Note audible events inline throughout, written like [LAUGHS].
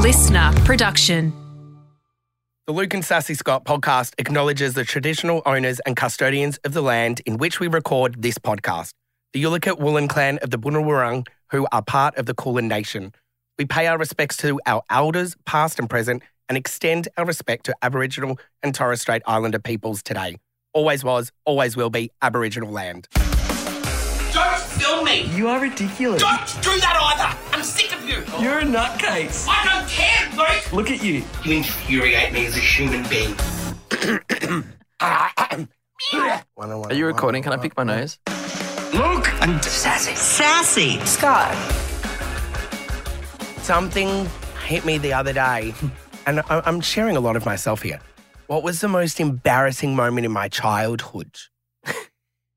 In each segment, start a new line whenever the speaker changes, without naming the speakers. listener production.
The Luke and Sassy Scott podcast acknowledges the traditional owners and custodians of the land in which we record this podcast, the Yulukit Woolen clan of the Bunurwurrung, who are part of the Kulin Nation. We pay our respects to our elders, past and present, and extend our respect to Aboriginal and Torres Strait Islander peoples today. Always was, always will be Aboriginal land. [COUGHS]
Don't film me.
You are ridiculous.
Don't do that either. I'm sick of you.
You're a nutcase.
I don't care, Luke.
Look at you.
You infuriate me as a human being.
Are
Are you recording? Can I pick my nose?
Luke and Sassy.
Sassy. Scott.
Something hit me the other day, [LAUGHS] and I- I'm sharing a lot of myself here. What was the most embarrassing moment in my [LAUGHS] childhood?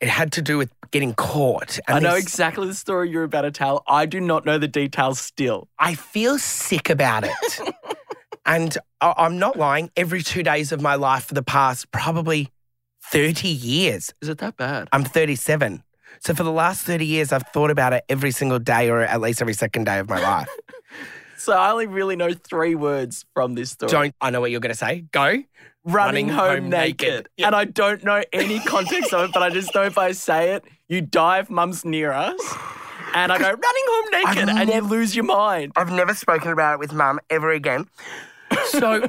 It had to do with getting caught. And
I know
this-
exactly the story you're about to tell. I do not know the details still.
I feel sick about it. [LAUGHS] and I- I'm not lying. Every two days of my life for the past probably 30 years,
Is it that bad?
I'm 37. So for the last 30 years, I've thought about it every single day or at least every second day of my [LAUGHS] life.
So I only really know three words from this story.
Don't, I know what you're going to say. Go.
running, home, naked.
Yeah.
And I don't know any context of it, but I just know if I say it, you die if mum's near us. And I go, running home naked, and you lose your mind.
I've never spoken about it with mum ever again. So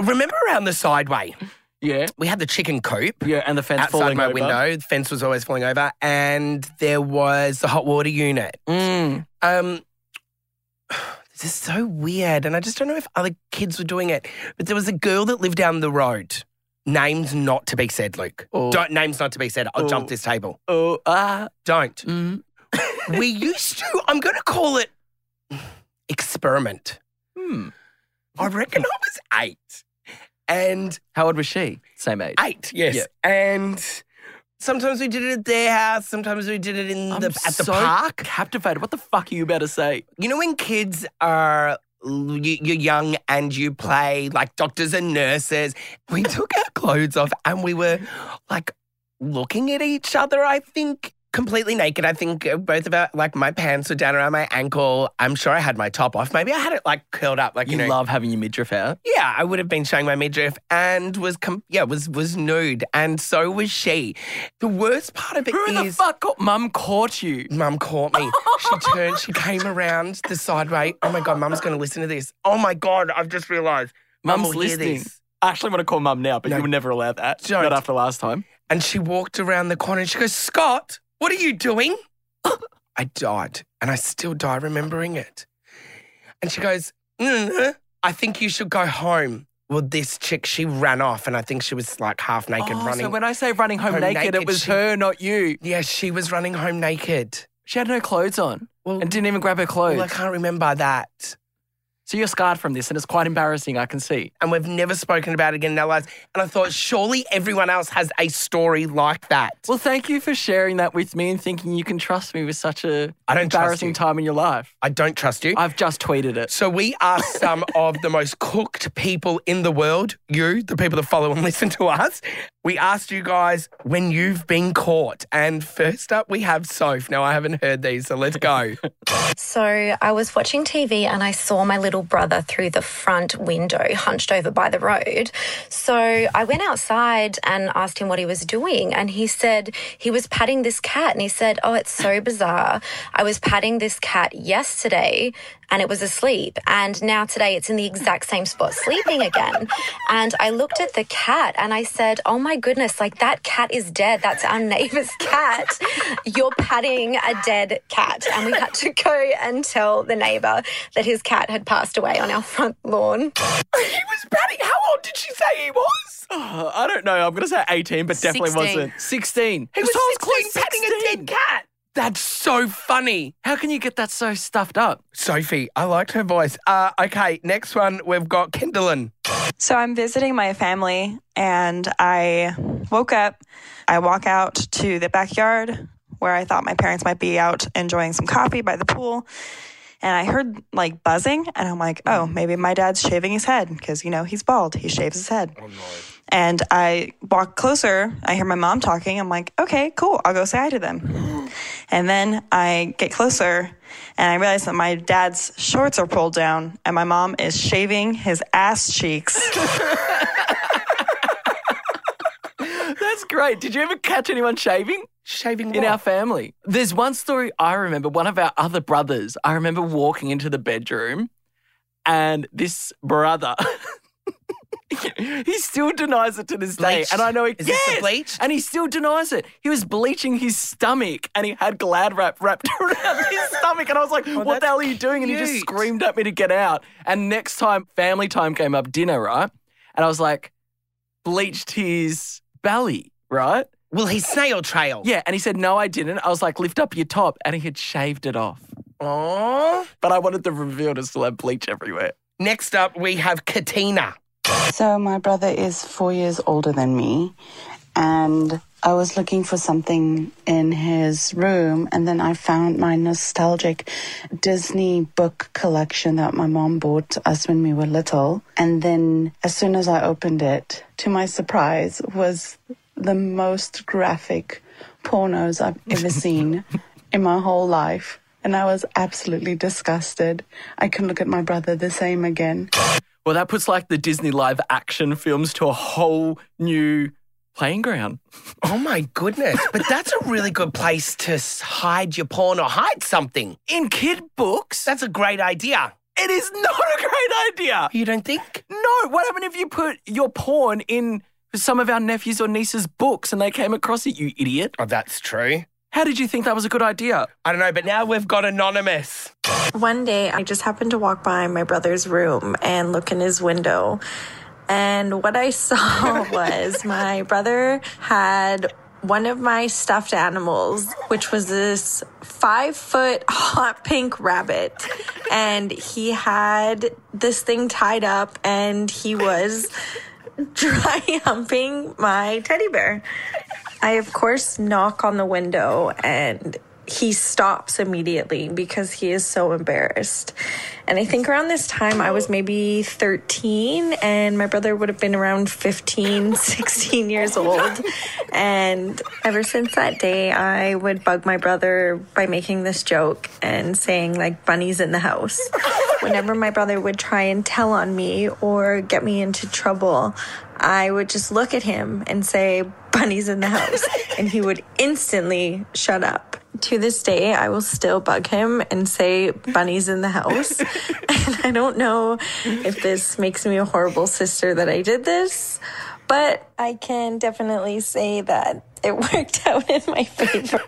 remember around the sideway,
[LAUGHS] Yeah.
we had the chicken coop.
Yeah, and the fence
outside
falling
my
over.
window. The fence was always falling over, and there was the hot water unit.
Mm.
Um, [SIGHS] this is so weird, and I just don't know if other kids were doing it. But there was a girl that lived down the road. Names not to be said, Luke.
Oh.
Don't names not to be said. I'll
Oh.
jump this table.
Oh, ah. [LAUGHS]
Don't.
Mm.
we used to. I'm going to call it [SIGHS] experiment.
Hmm.
I reckon I was eight, and
How old was she? Same age.
Eight, yes.
Yeah.
And sometimes we did it at their house, sometimes we did it in
I'm
the at the
so
park.
Captivated. What the fuck are you about to say?
You know when kids are l- you- you're young and you play like doctors and nurses.
[LAUGHS]
We took our clothes off and we were like looking at each other. I think completely naked. I think uh, both of our like my pants were down around my ankle. I'm sure I had my top off. Maybe I had it like curled up, like you,
You,
know.
love having your midriff out.
Yeah, I would have been showing my midriff and was com- yeah was was nude and so was she. The worst part of it is,
Who the fuck caught mum caught you?
Mum caught me. She
[LAUGHS]
turned. She came around the sideway. Oh my god, Mum's going to listen to this. Oh my god, I've just realised. Mum
Mum's
will hear
listening.
this.
I actually want to call mum now, but
No.
you were never allowed that.
Don't.
Not after last time.
And she walked around the corner and she goes, Scott, what are you doing?
[LAUGHS]
I died and I still die remembering it. And she goes, "Mm, I think you should go home. Well, this chick, she ran off and I think she was like half naked
Oh,
running.
So when I say running home
home
naked,
naked,
it was
she-
her, not you.
Yeah, she was running home naked.
She had no clothes on
Well,
and didn't even grab her clothes.
well, I can't remember that.
so you're scarred from this, and it's quite embarrassing. I can see.
And we've never spoken about it again in our lives. And I thought, surely everyone else has a story like that.
Well, thank you for sharing that with me and thinking you can trust me with such a
I don't trust
embarrassing
you.
time in your life.
I don't trust you.
I've just tweeted
[SIGHS]
it.
so we are some of the most cooked people in the world. You, the people that follow and [LAUGHS] listen to us. We asked you guys when you've been caught. And first up, we have Soph. Now, I haven't heard these, so let's go.
So I was watching TV and I saw my little brother through the front window, hunched over by the road. So I went outside and asked him what he was doing. And he said he was patting this cat. And he said, Oh, it's so bizarre. I was patting this cat yesterday and it was asleep. And now today it's in the exact same spot, sleeping again. And I looked at the cat and I said, Oh my goodness, like that cat is dead. That's our neighbor's cat. You're patting a dead cat. And we had to go and tell the neighbor that his cat had passed away on our front lawn.
he was batting. How old did she say he was?
Oh, I don't know. I'm going to say 18, but definitely
16.
wasn't. 16.
He was
So I
16
close
petting a
16.
dead cat. That's so funny.
How can you get that so stuffed up?
Sophie, I liked her voice. Uh, okay, next one we've got Kindlin.
So I'm visiting my family and I woke up. I walk out to the backyard where I thought my parents might be out enjoying some coffee by the pool. And I heard like buzzing and I'm like, oh, maybe my dad's shaving his head because, you know, he's bald. He shaves his head. And I walk closer. I hear my mom talking. I'm like, okay, cool. I'll go say hi to them. And then I get closer and I realize that my dad's shorts are pulled down and my mom is shaving his ass cheeks.
That's great. Did you ever catch anyone shaving?
Shaving
in
what?
our family. There's one story I remember, one of our other brothers, I remember walking into the bedroom and this brother, [LAUGHS] he still denies it to this day.
Bleached?
And I know he,
Is this the
Yes!
bleach?
And he still denies it. He was bleaching his stomach and he had glad wrap wrapped [LAUGHS] around his stomach. And I was like, what the hell are you doing? And he just
cute.
screamed at me to get out. And next time, family time came up, dinner, right? And I was like, bleached his belly, right?
Well, he's snail trail.
Yeah, and he said, No, I didn't. I was like, Lift up your top. And he had shaved it off.
Aww.
But I wanted the reveal to still have bleach everywhere.
Next up, we have Katina.
So my brother is four years older than me, and I was looking for something in his room, and then I found my nostalgic Disney book collection that my mom bought us when we were little. And then, as soon as I opened it, to my surprise, was the most graphic pornos I've ever seen in my whole life. And I was absolutely disgusted. I can look at my brother the same again.
Well, that puts like the Disney live action films to a whole new playing ground.
Oh my goodness. But that's a really good place to s- hide your porn or hide something.
In kid books,
That's a great idea.
it is not a great idea.
You don't think?
No, what happened if you put your porn in some of our nephews or nieces' books and they came across it, you idiot?
Oh, that's true.
How did you think that was a good idea? [LAUGHS]
I don't know, but now we've got Anonymous.
One day, I just happened to walk by my brother's room and look in his window. And what I saw was my brother had one of my stuffed animals, which was this five foot [LAUGHS] hot pink rabbit. And he had this thing tied up and he was [LAUGHS] dry humping my teddy bear. I, of course, knock on the window and he stops immediately because he is so embarrassed. And I think around this time, I was maybe 13 and my brother would have been around [LAUGHS] 15, 16 years old. And ever since that day, I would bug my brother by making this joke and saying, like, bunnies in the house. [LAUGHS] Whenever my brother would try and tell on me or get me into trouble, I would just look at him and say, Bunny's in the
[LAUGHS]
house. and he would instantly shut up. To this day, I will still bug him and say, Bunny's in
[LAUGHS]
the house. and I don't know if this makes me a horrible sister that I did this, but I can definitely say that it [LAUGHS] worked out in my favor.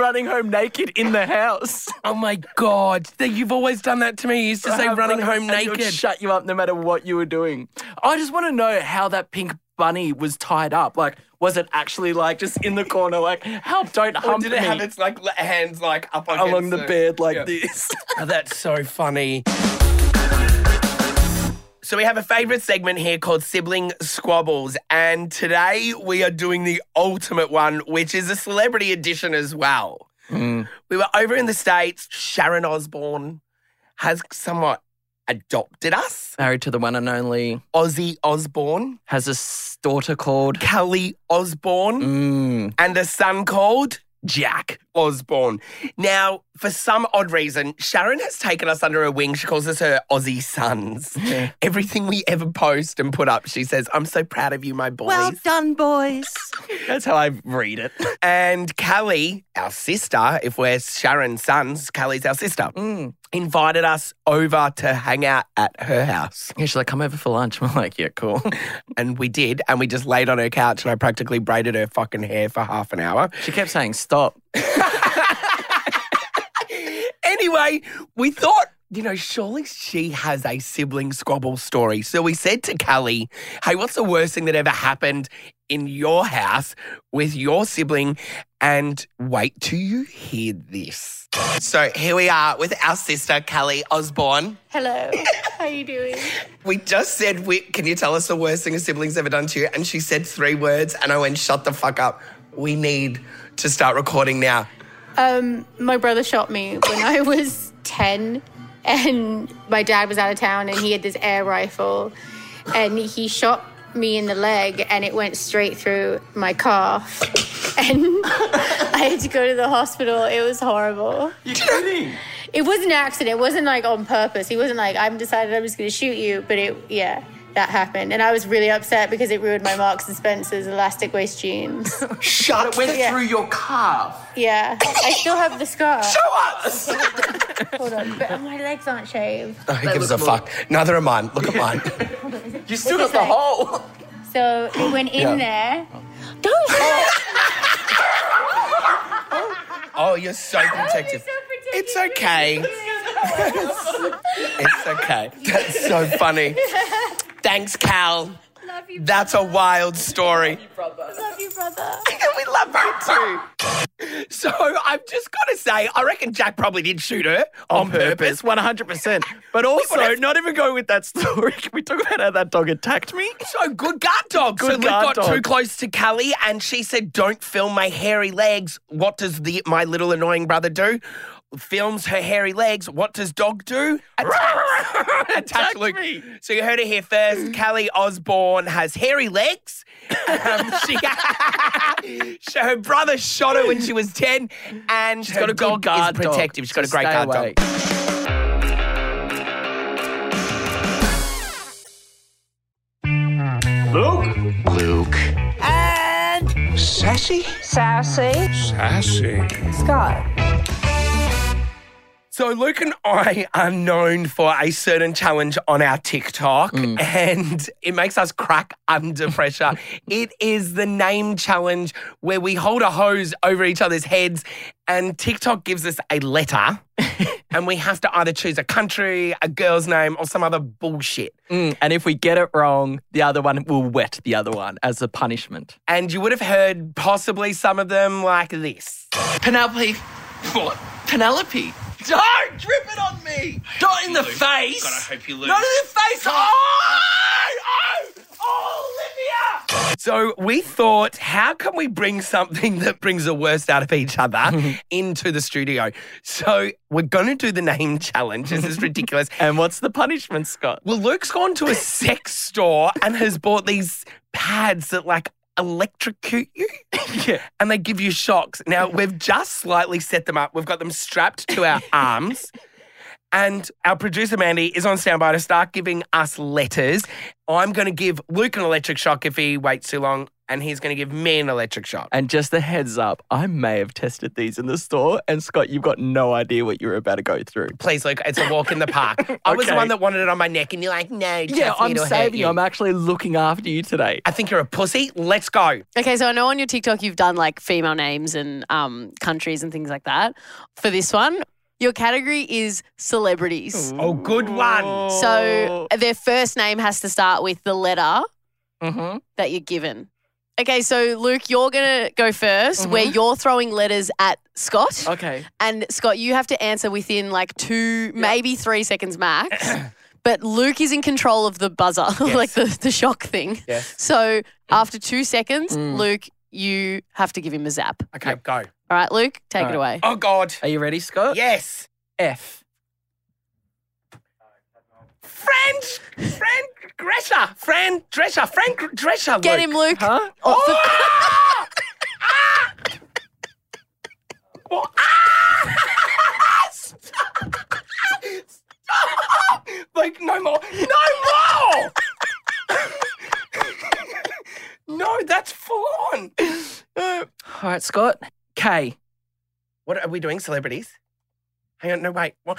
Running home naked in the house.
Oh my God. Th- You've always done that to me. You used to say
have
running home
and it would
naked.
Shut you up no matter what you were doing. I just want to know how that pink bunny was tied up. Like, was it actually like just in the corner? Like, help! Don't
Oh,
hump me
like hands like up
along the bed like
yeah.
this. [LAUGHS]
Oh, that's so funny. So we have a favorite segment here called Sibling Squabbles, and today we are doing the ultimate one, which is a celebrity edition as well. We were over in the States. Sharon Osbourne has somewhat adopted us.
Married to the one and only,
Ozzy Osbourne,
has a s- daughter called
Kelly Osbourne,
mm,
and a son called
Jack.
Osborne. Now, for some odd reason, Sharon has taken us under her wing. She calls us her Aussie
[LAUGHS]
sons. Everything we ever post and put up, she says, I'm so proud of you, my boys.
done, boys.
[LAUGHS] That's how I read it.
and Callie, our sister, if we're Sharon's sons, Callie's our sister,
Mm.
invited us over to hang out at her house.
Yeah, she's like, come over for lunch. [LAUGHS] We're like, yeah, cool.
And we did. And we just laid on her couch and I practically braided her fucking hair for half an hour.
She kept saying, stop.
[LAUGHS] Anyway, we thought, you know, surely she has a sibling squabble story. So we said to Callie, hey, what's the worst thing that ever happened in your house with your sibling? And wait till you hear this. So here we are with our sister, Callie Osborne.
Hello, how you doing?
We just said, we, can you tell us the worst thing a sibling's ever done to you? And she said three words, and I went, shut the fuck up. We need to start recording now.
Um, my brother shot me when I was 10, and my dad was out of town, and he had this air rifle, and he shot me in the leg, and it went straight through my calf. and [LAUGHS] I had to go to the hospital. It was horrible.
You're kidding.
It was an accident. It wasn't like on purpose. He wasn't like, I'm decided I'm just going to shoot you. But it, yeah, that happened. And I was really upset because it ruined my Marks and Spencer's elastic waist jeans.
Shut it went
Yeah.
through your calf.
Yeah. I still have the scar.
Us.
Hold on. But my legs aren't shaved.
Who Oh, gives a fuck? Neither am mine. Look at mine.
You still
What's it
got the
say?
hole.
So it went in there. Don't
[LAUGHS]
[LAUGHS]
Oh, you're so protective.
[LAUGHS]
It's okay. It's okay. That's so funny. Thanks, Cal.
Love you,
That's a wild story.
love you,
[LAUGHS]
brother.
we love you too. So I've just got to say, I reckon Jack probably did shoot her on, purpose.
100%. But also, not even going with that story, [LAUGHS] can we talk about how that dog attacked me?
So good guard dog. so
Good
Luke
guard
got too
dog.
close to Callie and she said, Don't film my hairy legs. What does the my little annoying brother do? Films her hairy legs. What does dog
[LAUGHS]
do? Attacks, Attacks Luke.
me.
So you heard it here
[CLEARS THROAT]
first. Callie Osborne has hairy legs. Um,
[LAUGHS]
she, [LAUGHS] so her brother shot her when she was 10 and she's
Her
got a good
good guard
is
dog.
protective. She's got a
So
great
stay
guard
away.
dog. So Luke and I are known for a certain challenge on our TikTok, and it makes us crack under pressure. it is the name challenge where we hold a hose over each other's heads, and TikTok gives us a letter, and we have to either choose a country, a girl's name, or some other bullshit.
Mm, and if we get it wrong, the other one will wet the other one as a punishment.
And you would have heard possibly some of them like this.
Penelope. What? Penelope. Don't drip it on me. Not in the face.
God, I hope you lose.
Not in the face. Oh! oh, Olivia!
So we thought, how can we bring something that brings the worst out of each other into the studio? So we're going to do the name challenge. This is ridiculous.
And what's the punishment, Scott?
well, Luke's gone
[LAUGHS]
to a sex store and has bought these pads that like electrocute you
[LAUGHS] Yeah.
and they give you shocks.
[LAUGHS]
Now, we've just slightly set them up. We've got them strapped to our arms. And our producer, Mandy, is on standby to start giving us letters. I'm going to give Luke an electric shock if he waits too long, and he's going to give me an electric shock.
And just a heads up, I may have tested these in the store. And Scott, you've got no idea what you're about to go through.
Please, Luke, it's a walk in the park. I was the
[LAUGHS] Okay.
one that wanted it on my neck, and you're like, no, trust
Yeah,
me,
I'm
it'll hurt
saving you.
you.
I'm actually looking after you today.
I think you're a pussy. Let's go.
Okay, so I know on your TikTok you've done like female names and um, countries and things like that. For this one, your category is celebrities.
Oh, good one.
So
Oh,
their first name has to start with the letter
hmm
that you're given. Okay, so Luke, you're gonna go 1st where you're throwing letters at Scott.
Okay.
And Scott, you have to answer within like two, maybe three seconds max. [CLEARS THROAT] but Luke is in control of the buzzer, [LAUGHS] like the, the shock thing.
Yes.
So after two seconds, Luke, you have to give him a zap.
Okay, go.
All right, Luke, take
All
it away.
Oh, God.
Are you ready, Scott?
Yes.
F.
French, Fran Drescher, Fran Drescher, Fran Drescher.
Get
Luke.
him, Luke.
Huh?
Oh, for-
Oh!
Ah!
Ah! Like no more, no
[LAUGHS]
more. no, that's full on. Uh,
All right, Scott. K.
What are we doing, celebrities? Hang on, no wait. [LAUGHS] What?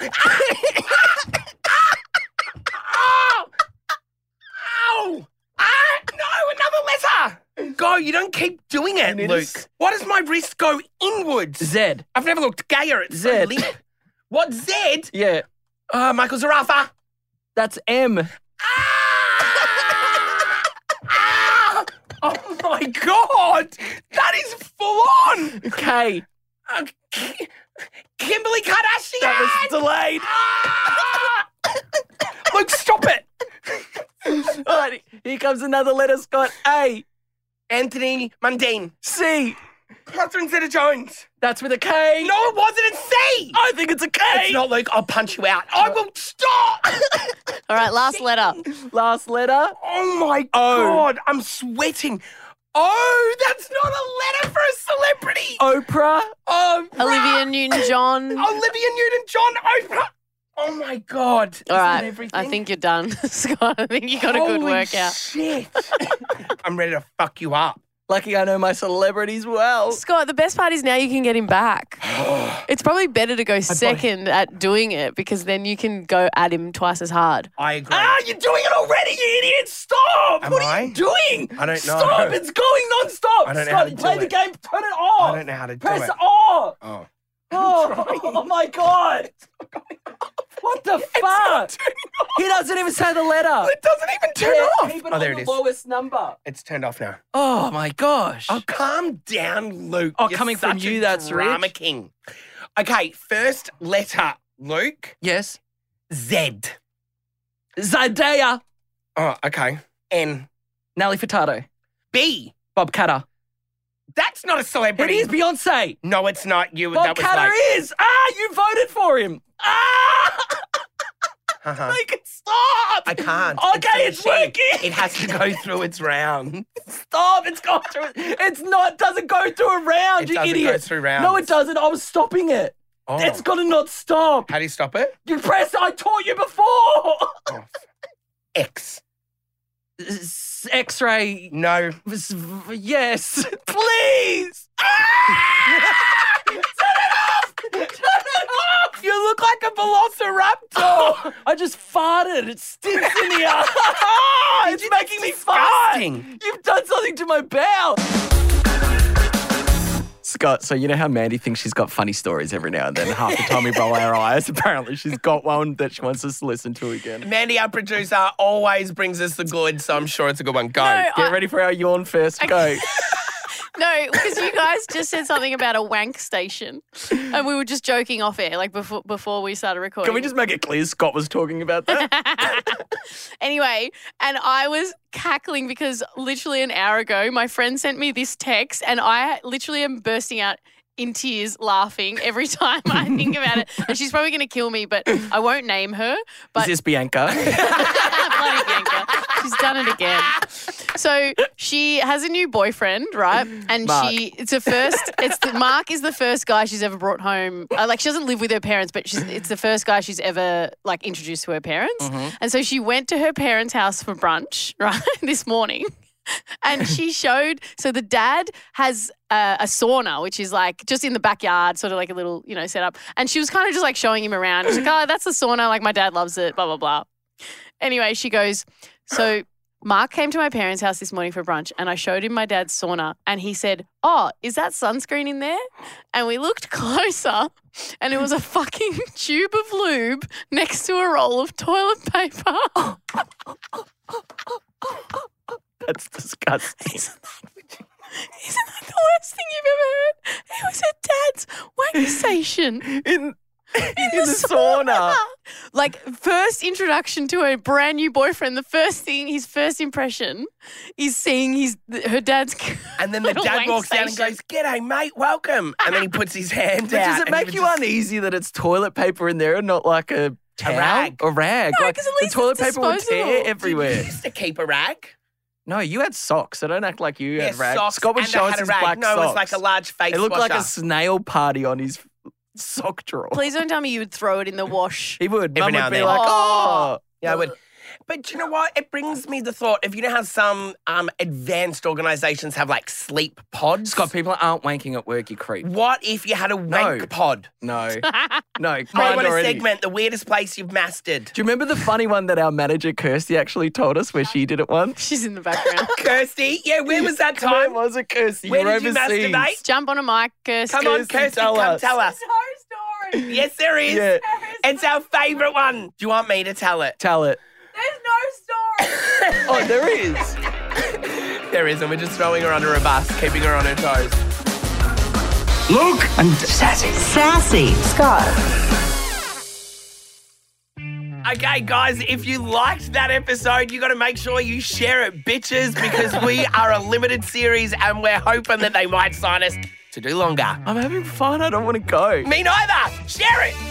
Ow! Ow! Ah, no, another letter. Go, you don't keep doing it,
need a
Luke.
s-
Why does my wrist go inwards?
Z.
I've never looked gayer. It's
Zed.
So limp. What Zed?
Yeah,
Uh, Michael Zarafa.
that's M.
Ah! [LAUGHS] Ah! Oh my god! That is full on!
K.
Uh, Ki- Kimberly Kardashian!
That was delayed. [COUGHS]
Ah! Luke, stop it!
All right, here comes another letter, Scott. A.
Anthony Mundine.
C.
Catherine Zeta Jones.
That's with a K.
No, it wasn't. It's C!
I think it's a K.
It's not Luke. I'll punch you out. I will [LAUGHS] stop!
All right, last letter.
Last letter.
Oh my
Oh.
god, I'm sweating. Oh, that's not a letter for a celebrity.
Oprah.
Oh,
Olivia Newton John.
Olivia Newton John. Oprah. Oh my God.
All
Isn't
right.
everything?
I think
[LAUGHS]
you're done, Scott. I think you got a good
Holy
workout.
Shit. [LAUGHS] I'm ready to fuck you up.
Lucky I know my celebrities well.
Scott, the best part is now you can get
[GASPS]
him back. it's probably better to go second at doing it because then you can go at him twice as hard.
I agree.
Ah, you're doing it already, you idiot! Stop!
Am
what
I?
are you doing?
I don't know.
Stop! It's going non-stop.
I don't know
Scott,
how to
play
do
the
it.
game. Turn it
[LAUGHS]
off.
I don't know how to do
Press
it.
R.
Oh.
Oh, [LAUGHS] oh my god! what the fuck? He doesn't even say the letter.
It doesn't even turn
Yeah,
off.
Even
Oh,
on
there
the
it is.
lowest number.
It's turned off now.
Oh my gosh!
Oh, calm down, Luke.
Oh,
You're
coming from
such a
you, that's rich.
drama king. Okay, first letter, Luke.
Yes,
Z.
Zendaya,
Oh, okay. N.
Nelly Furtado,
B.
Bob Cutter.
That's not a
It
celebrity.
is Beyonce.
No, it's not you.
Bob
that was
Cutter
like,
is. Ah, you voted for him. Ah, [LAUGHS]
Uh-huh.
make it stop.
I can't.
Okay,
a
it's
machine.
working.
It has to go through its round.
Stop! It's gone through. It's not. Doesn't go through a round.
It
you
doesn't
idiot.
go through rounds.
No, it doesn't. I was stopping it.
Oh.
It's gotta not stop.
How do you stop it?
You press. I taught you before.
Oh. X.
S- X-ray.
No.
s- Yes, [LAUGHS] please. Ah! Turn it off. Turn it off. You look like a velociraptor. [LAUGHS] I just farted. It stinks in [LAUGHS] here. it's making me
disgusting.
fart. You've done something to my bowel. Scott, so you know how Mandy thinks she's got funny stories every now and then. Half the time we roll [LAUGHS] our eyes. Apparently, she's got one that she wants us to listen to again.
Mandy, our producer, always brings us the good, so I'm sure it's a good one. Go.
Get ready for our yawn first. Go. [LAUGHS]
No, because you guys just said something about a wank station, and we were just joking off air, like before before we started recording.
Can we just make it clear Scott was talking about that?
anyway, and I was cackling because literally an hour ago, my friend sent me this text, and I literally am bursting out in tears laughing
[LAUGHS]
every time I think about it. And she's probably going to kill me, but I won't name her. But
Is this Bianca?
Bloody Bianca. She's done it again. So she has a new boyfriend, right? [LAUGHS] And
Mark.
she it's her first it's the, Mark is the first guy she's ever brought home. Uh, like she doesn't live with her parents, but she's it's the first guy she's ever like introduced to her parents. And so she went to her parents' house for brunch, [LAUGHS] right? This morning. And she showed, so the dad has uh, a sauna, which is like just in the backyard, sort of like a little, you know, setup. And she was kind of just like showing him around. She's like, oh, that's the sauna. Like, my dad loves it, blah, blah, blah. Anyway, she goes, So Mark came to my parents' house this morning for brunch and I showed him my dad's sauna and he said, Oh, is that sunscreen in there? And we looked [LAUGHS] closer and it was a fucking tube of lube next to a roll of toilet paper.
That's disgusting.
Isn't that the worst thing you've ever heard? It was her dad's wank station.
In, in,
[LAUGHS]
the, sauna.
Like first introduction to her brand new boyfriend, the first thing, his first impression, is seeing his her dad's. [LAUGHS]
And
[LAUGHS]
then the
Little
dad
wank
walks down and
station.
goes, G'day, mate, welcome. And then he puts his hand
But
out.
does it
and he
make you
just-
uneasy that it's toilet paper in there and not like a towel?
rag.
A rag.
No,
like,
'cause at
the
least
toilet
it's
paper would tear
disposable.
You
everywhere.
used to keep a rag.
no, you had socks. So don't act like you
Yeah,
had rags.
socks.
Scott was
and
showing
I had a
his
rag.
black
No, it was
socks.
like a large face
It looked like a
washer.
snail party on his sock drawer.
Please don't tell me you would throw it in the wash.
He would.
Every
Mum
now
would
and
be
then.
like,
Oh.
oh.
Yeah, I would. But do you know what? It brings me the thought of you know how some um, advanced organisations have like sleep pods.
Scott, people aren't wanking at work, you creep.
[LAUGHS]
what if you had a wank
No.
pod?
No. no.
I
mine
want a
already.
segment, the weirdest place you've mastered.
Do you remember the funny one that our manager Kirsty actually told us where she did it once?
She's in the background.
Kirsty, yeah, where was that
Where
time?
was it, Kirsty?
Where
You're
did you
overseas.
masturbate?
Jump on a mic, Kirsty.
Come on,
Kirsty,
Kirsty,
tell
come
us.
tell us.
No story.
Yes, there is.
Yeah.
It's our favourite one. Do you want me to tell it?
Tell it.
There's no story.
Oh, there is.
There is, and we're just throwing her under a bus, keeping her on her toes. Luke and Sassy.
Sassy.
Scott.
Okay, guys, if you liked that episode, you got to make sure you share it, bitches, because
[LAUGHS]
we are a limited series and we're hoping that they might sign us to do longer.
I'm having fun. I don't want to go.
Me neither. Share it.